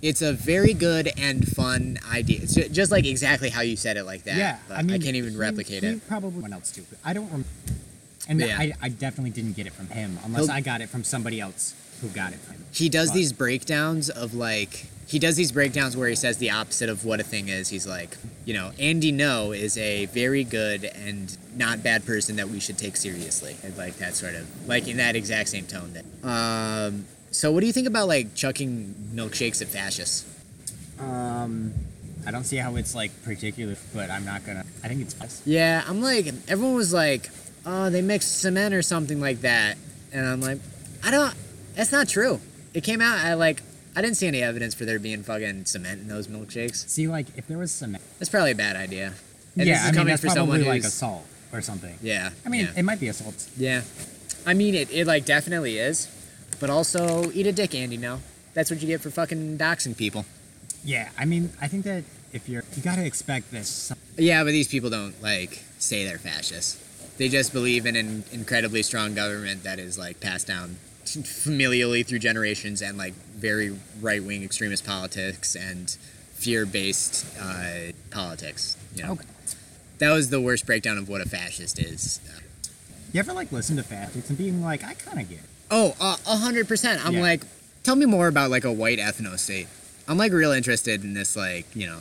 It's a very good and fun idea. It's ju- just like exactly how you said it, like that. Yeah, Like, I mean, can't even he- replicate he it. Probably one else too. but I don't remember. And Yeah. I, I definitely didn't get it from him, unless He'll- I got it from somebody else who got it from him. he does But- these breakdowns of like he does these breakdowns where he says the opposite of what a thing is. He's like, you know, Andy No is a very good and not bad person that we should take seriously. And like that sort of like in that exact same tone. That um, so what do you think about like chucking milkshakes at fascists? Um, I don't see how it's like particular, but I'm not gonna. I think it's best. Yeah, I'm like everyone was like, oh, they mixed cement or something like that, and I'm like, I don't. That's not true. It came out. I like. I didn't see any evidence for there being fucking cement in those milkshakes. See, like if there was some. That's probably a bad idea. And yeah, this is I mean coming that's for someone probably like who's- assault or something. Yeah. I mean, yeah. it might be assault. yeah. I mean, it, it like definitely is, but also eat a dick, Andy. No, that's what you get for fucking doxing people. Yeah, I mean, I think that if you're, you gotta expect this. Some, Yeah, but these people don't like say they're fascist. They just believe in an incredibly strong government that is like passed down familially through generations and like very right wing extremist politics and fear based uh, politics. You know, okay. that was the worst breakdown of what a fascist is. You ever like listen to facts and being like, I kind of get. It. Oh, uh, a hundred percent. I'm Yeah. like, tell me more about like a white ethno state. I'm like real interested in this, like you know,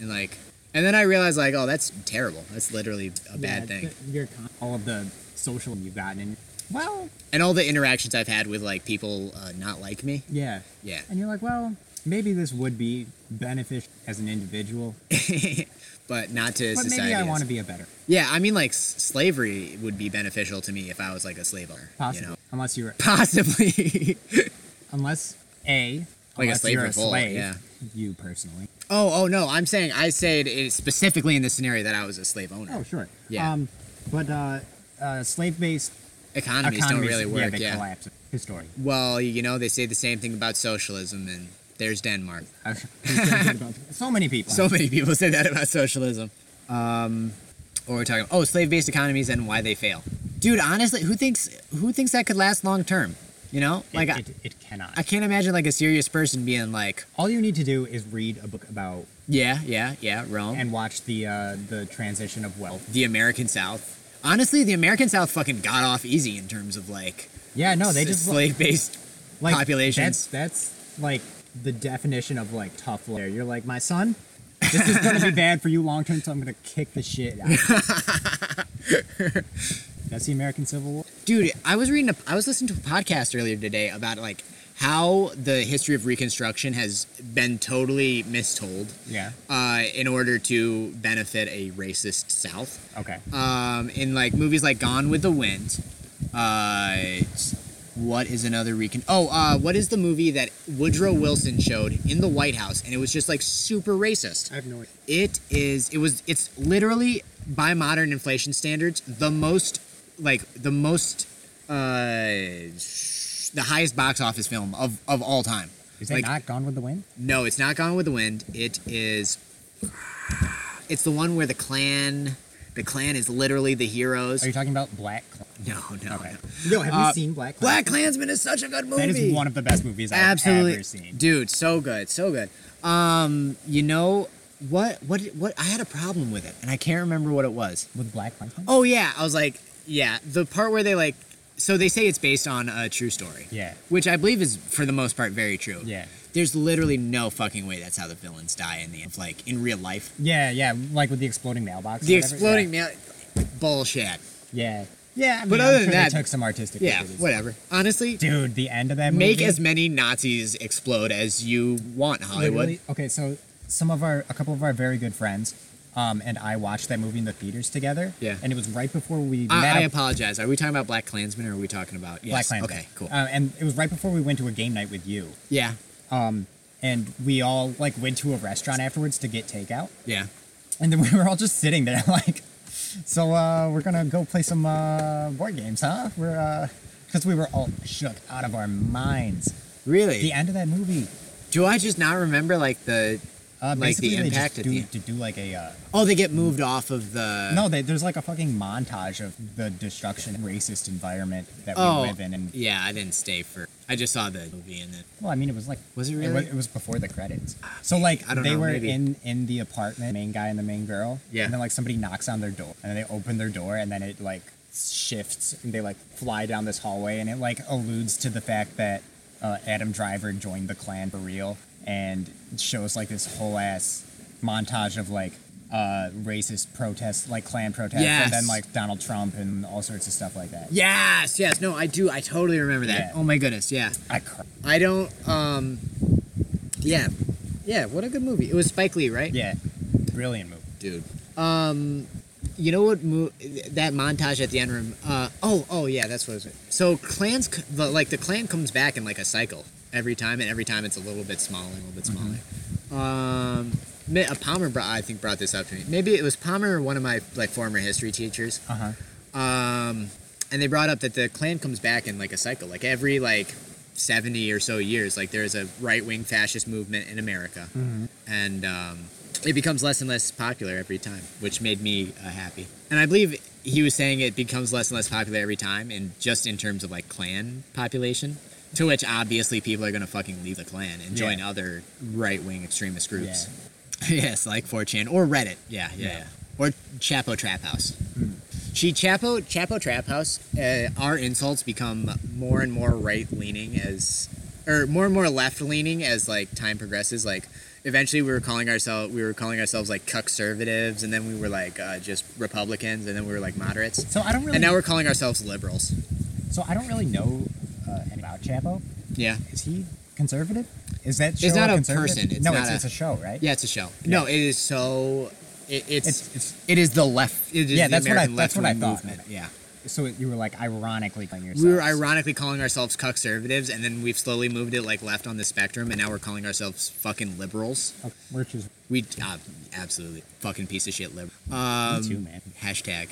and like, and then I realized like, oh, that's terrible. That's literally a bad Yeah, thing. the- your con- all of the social you've gotten, and well, and all the interactions I've had with like people uh, not like me. yeah, Yeah. and you're like, well, maybe this would be beneficial as an individual, but not to but society. maybe I as- want to be a better, Yeah, I mean, like s- slavery would be beneficial to me if I was like a slave owner. possibly, You know? unless you're, Possibly. unless a, Like a unless slave you're a revolt, slave, yeah. you personally. oh, oh no! I'm saying I say it- it specifically in the scenario that I was a slave owner. Oh, sure. Yeah. Um, but uh, uh, slave-based Economies, economies don't really Yeah, work. they yeah. collapse historically. Well, you know, they say the same thing about socialism, and there's Denmark. I was thinking about- so many people. So many people say that about socialism. Um, what we're we talking about? Oh, slave-based economies and why they fail. Dude, honestly, who thinks who thinks that could last long term? You know, it, like I, it, it cannot. I can't imagine like a serious person being like, All you need to do is read a book about yeah, yeah, yeah, Rome, and watch the uh, the transition of wealth. the American South. Honestly, the American South fucking got off easy in terms of like Yeah, no, they just slave-based. like populations. That's, that's like the definition of like tough love. You're like, my son, this is gonna be bad for you long term, so I'm gonna kick the shit out. of you." that's the American Civil War. Dude, I was reading a, I was listening to a podcast earlier today about like how the history of Reconstruction has been totally mistold. Yeah. uh, in order to benefit a racist South. Okay. Um, in like movies like Gone with the Wind, uh, it's- what is another recon? Oh, uh, what is the movie that Woodrow Wilson showed in the White House, and it was just like super racist. I have no idea. It is. It was. It's literally by modern inflation standards the most, like the most, uh, sh- the highest box office film of of all time. Is it Like- not Gone with the Wind? no, it's not Gone with the Wind. It is It's the one where the clan, the clan is literally the heroes. Are you talking about Black? Clan? no, no, no. Yo, have Uh, you seen Black? Clan? Black Klansman is such a good movie. That is one of the best movies I've absolutely, ever seen. dude. So good, so good. Um, you know what? What? What? I had a problem with it, and I can't remember what it was. With Black Klansman? Oh yeah, I was like, yeah, the part where they like, so they say it's based on a true story. Yeah. Which I believe is for the most part very true. Yeah. There's literally no fucking way that's how the villains die in the end, like in real life. Yeah, yeah, like with the exploding mailbox. or The whatever. exploding mail, bullshit. Yeah, yeah. yeah I mean, But I'm other than sure that- they took some artistic. Yeah, liberties. whatever. Honestly, Dude, the end of that movie. make as many Nazis explode as you want, Hollywood. Literally- Okay, so some of our, a couple of our very good friends, um, and I watched that movie in the theaters together. Yeah. And it was right before we met. I, I up- apologize. Are we talking about Black Klansmen or are we talking about Black yes. Klansman. Okay, cool. Uh, and it was right before we went to a game night with you, yeah, and we all like went to a restaurant afterwards to get takeout, yeah. and then we were all just sitting there like, so uh, we're gonna go play some uh, board games, huh? We're uh, because we were all shook out of our minds. Really? The end of that movie. Do I just not remember like the? Uh, Like the basically, they impact at just do, the- to do like a uh, Oh, they get moved off of the. no. They, there's like a fucking montage of the destruction, racist environment that we Oh, live in, and yeah, I didn't stay for. I just saw the movie and then. Well, I mean, it was like Was it wa- really? It was before the credits. So like I don't they know, were maybe. in in the apartment, main guy and the main girl. Yeah. And then like somebody knocks on their door, and then they open their door, and then it like shifts, and they like fly down this hallway, and it like alludes to the fact that uh, Adam Driver joined the clan for real, and shows like this whole ass montage of like. Uh, racist protests, like Klan protests, and Yes. then like Donald Trump and all sorts of stuff like that. Yes, yes, no, I do. I totally remember that. Yeah. Oh my goodness, yeah. I cr- I don't. Um, yeah, yeah. What a good movie. It was Spike Lee, right? yeah, brilliant movie. dude. Um, you know what? Mo- that montage at the end room. Uh, oh, oh yeah, that's what it was. So clans, c- the, like the clan comes back in like a cycle every time, and every time it's a little bit smaller, a little bit smaller. Um, ma- a Palmer, brought, I think, brought this up to me. Maybe it was Palmer or one of my like former history teachers. Uh huh. Um, and they brought up that the clan comes back in like a cycle, like every like. 70 or so years like there's a right-wing fascist movement in america Mm-hmm. and um, it becomes less and less popular every time, which made me uh, happy. And I believe he was saying it becomes less and less popular every time, and just in terms of like clan population, to which obviously people are gonna fucking leave the clan and join Yeah. other right wing extremist groups. yes, like 4chan or Reddit. Yeah, yeah, Yeah. Hmm. yeah. Or Chapo Trap House. She Chapo Chapo Trap House. Uh, our insults become more and more right leaning as, or more and more left leaning as like time progresses. Like eventually we were calling ourselves we were calling ourselves like conservatives, and then we were like uh, just Republicans, and then we were like moderates, So I don't really. and now we're calling ourselves liberals. So I don't really know uh, anything about Chapo. Yeah. Is he conservative? Is that show not a conservative- person, it's no, not it's, a- it's a show, right? Yeah, it's a show. No, it is so. It, it's, It's, it's it is the left. It is Yeah, the that's what I- American that's what I left-wing thought. Movement. Yeah. so you were like ironically playing yourself. We were ironically calling ourselves conservatives, and then we've slowly moved it like left on the spectrum, and now we're calling ourselves fucking liberals. Oh, Which is We uh, absolutely fucking piece of shit liberal. me Um, too, man. hashtag.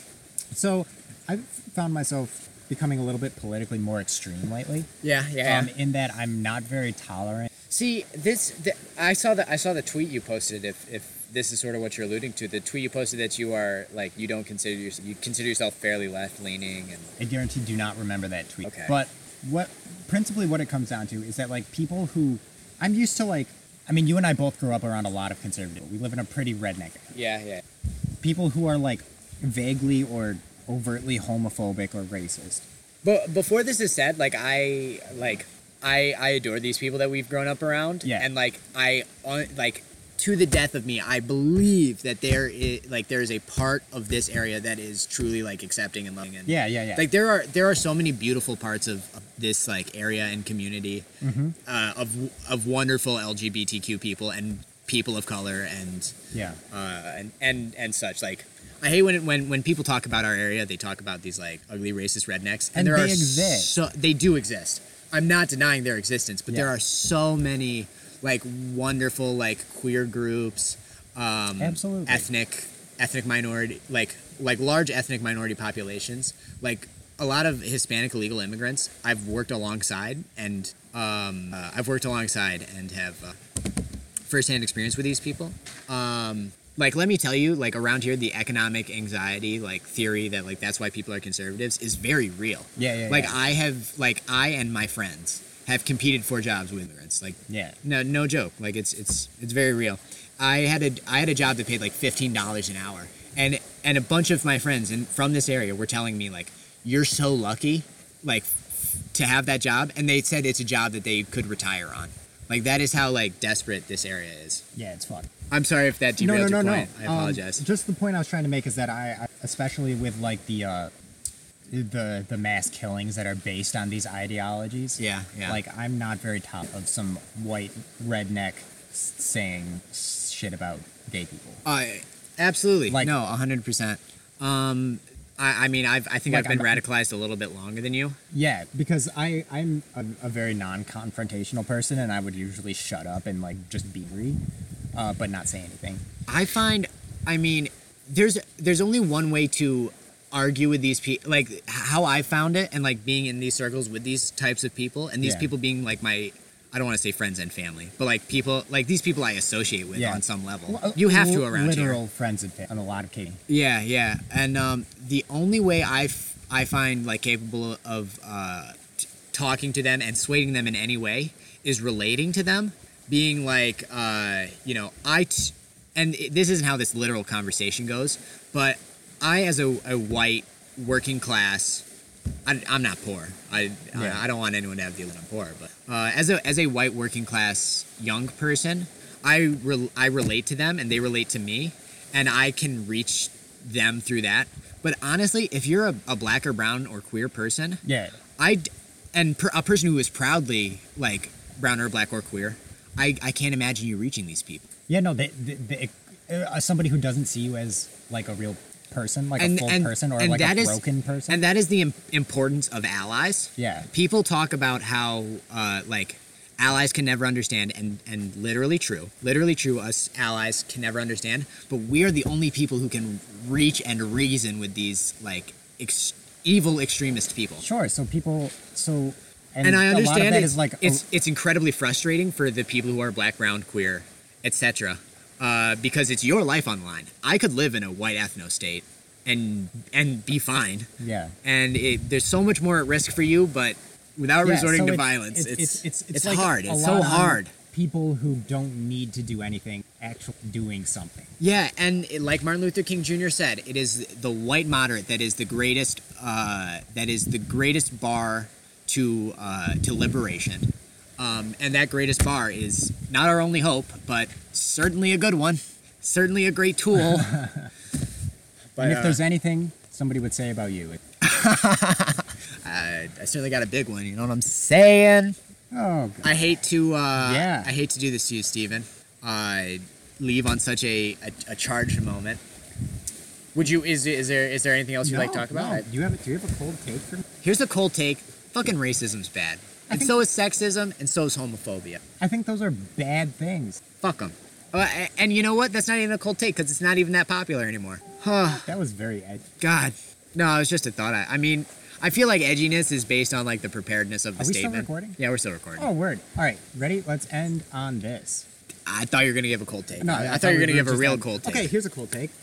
So I've found myself becoming a little bit politically more extreme lately. Yeah, Um, in that I'm not very tolerant. See this. The, I saw the I saw the tweet you posted. If if this is sort of what you're alluding to, the tweet you posted that you are like you don't consider yourself you consider yourself fairly left leaning and I guarantee do not remember that tweet. Okay. But what principally what it comes down to is that like people who I'm used to like I mean you and I both grew up around a lot of conservative. We live in a pretty redneck yeah yeah people who are like vaguely or overtly homophobic or racist. But before this is said, like I like I I adore these people that we've grown up around. Yeah. And like I on like to the death of me, I believe that there is like there is a part of this area that is truly like accepting and loving. And, Yeah, yeah, yeah. Like there are there are so many beautiful parts of, of this like area and community Mm-hmm. uh, of of wonderful LGBTQ people and people of color and yeah. uh, and and and such. Like, I hate when it, when when people talk about our area, they talk about these like ugly racist rednecks, and, And there they are exist. so they do exist. I'm not denying their existence, but there Yeah. are so many like wonderful like queer groups, um, Absolutely. ethnic ethnic minority like like large ethnic minority populations like. A lot of Hispanic illegal immigrants I've worked alongside, and um, uh, I've worked alongside and have uh, firsthand experience with these people. Um, like, let me tell you, like around here, the economic anxiety, like theory that like that's why people are conservatives is very real. Yeah, yeah, Like yeah. I have, like I and my friends have competed for jobs with immigrants. Like, Yeah. no, no joke. Like it's it's it's very real. I had a I had a job that paid like fifteen dollars an hour, and and a bunch of my friends and from this area were telling me like, you're so lucky, like, to have that job, and they said it's a job that they could retire on. Like that is how like desperate this area is. Yeah, it's fucked. I'm sorry if that no, derailed no, no, your no. point. I Um, apologize. just the point I was trying to make is that I, I especially with like the uh, the the mass killings that are based on these ideologies. Yeah, yeah. Like I'm not very top of some white redneck s- saying shit about gay people. Uh, absolutely. Like- no, 100%. Um, I, I mean, I've, I think Like, I've been I'm- radicalized a little bit longer than you. Yeah, because I I'm a, a very non-confrontational person, and I would usually shut up and like just be rude, uh, but not say anything. I find, I mean, there's there's only one way to argue with these people. Like h- how I found it, and like being in these circles with these types of people, and these Yeah. people being like my. I don't want to say friends and family, but like people, like these people I associate with Yeah. on some level. Well, uh, you have to l- around here. literal friends and fa- on a lot of cases. Yeah, yeah, and um, the only way I, f- I find like capable of uh, t- talking to them and swaying them in any way is relating to them, being like, uh, you know, I, t- and it, this isn't how this literal conversation goes, but I, as a, a white working class, I, I'm not poor. I, Yeah. I, I don't want anyone to have the illusion I'm poor, but uh, as a as a white working class young person, I re- I relate to them and they relate to me, and I can reach them through that. But honestly, if you're a, a black or brown or queer person, Yeah, I d- and per, a person who is proudly like brown or black or queer, I, I can't imagine you reaching these people. Yeah, no, they, they, they, uh, somebody who doesn't see you as like a real person, like a And- full and- person, or and like that a is- broken person. And that is the Im- importance of allies. yeah, people talk about how uh, like allies can never understand and and literally true literally true us allies can never understand but we are the only people who can reach and reason with these like ex- evil extremist people sure. So people, so and, and i a lot of understand that it, is like a- it's it's incredibly frustrating for the people who are black brown queer etc uh, because it's your life online i could live in a white ethno state and and be fine yeah. and it, there's so much more at risk for you. But without Yeah, resorting so to it's- violence, it's it's, like hard. a It's lot so on hard. People who don't need to do anything, actually doing something. Yeah, and it, like Martin Luther King Jr. said, it is the white moderate that is the greatest uh, that is the greatest bar to uh, to liberation. Um, and that greatest bar is not our only hope, but certainly a good one, certainly a great tool. and if uh, there's anything somebody would say about you, it, uh, I certainly got a big one. You know what I'm saying? oh, God. I hate to. Uh, Yeah. I hate to do this to you, Steven. I leave on such a, a, a charged moment. Would you? Is is there is there anything else you'd like to No, talk about? no. Do you have a, do you have a cold take for me? Here's a cold take. Fucking racism's bad, I and think- so is sexism, and so is homophobia. I think those are bad things. Fuck them. and you know what? That's not even a cold take because it's not even that popular anymore. Huh. That was very ed- God. No, it was just a thought. I, I mean, I feel like edginess is based on like the preparedness of the Are we still statement. recording? Yeah, we're still recording. Oh, word. All right, ready? Let's end on this. I thought you were gonna give a cold take. I, I thought, you were we gonna give a just real end- cold take. Okay, here's a cold take.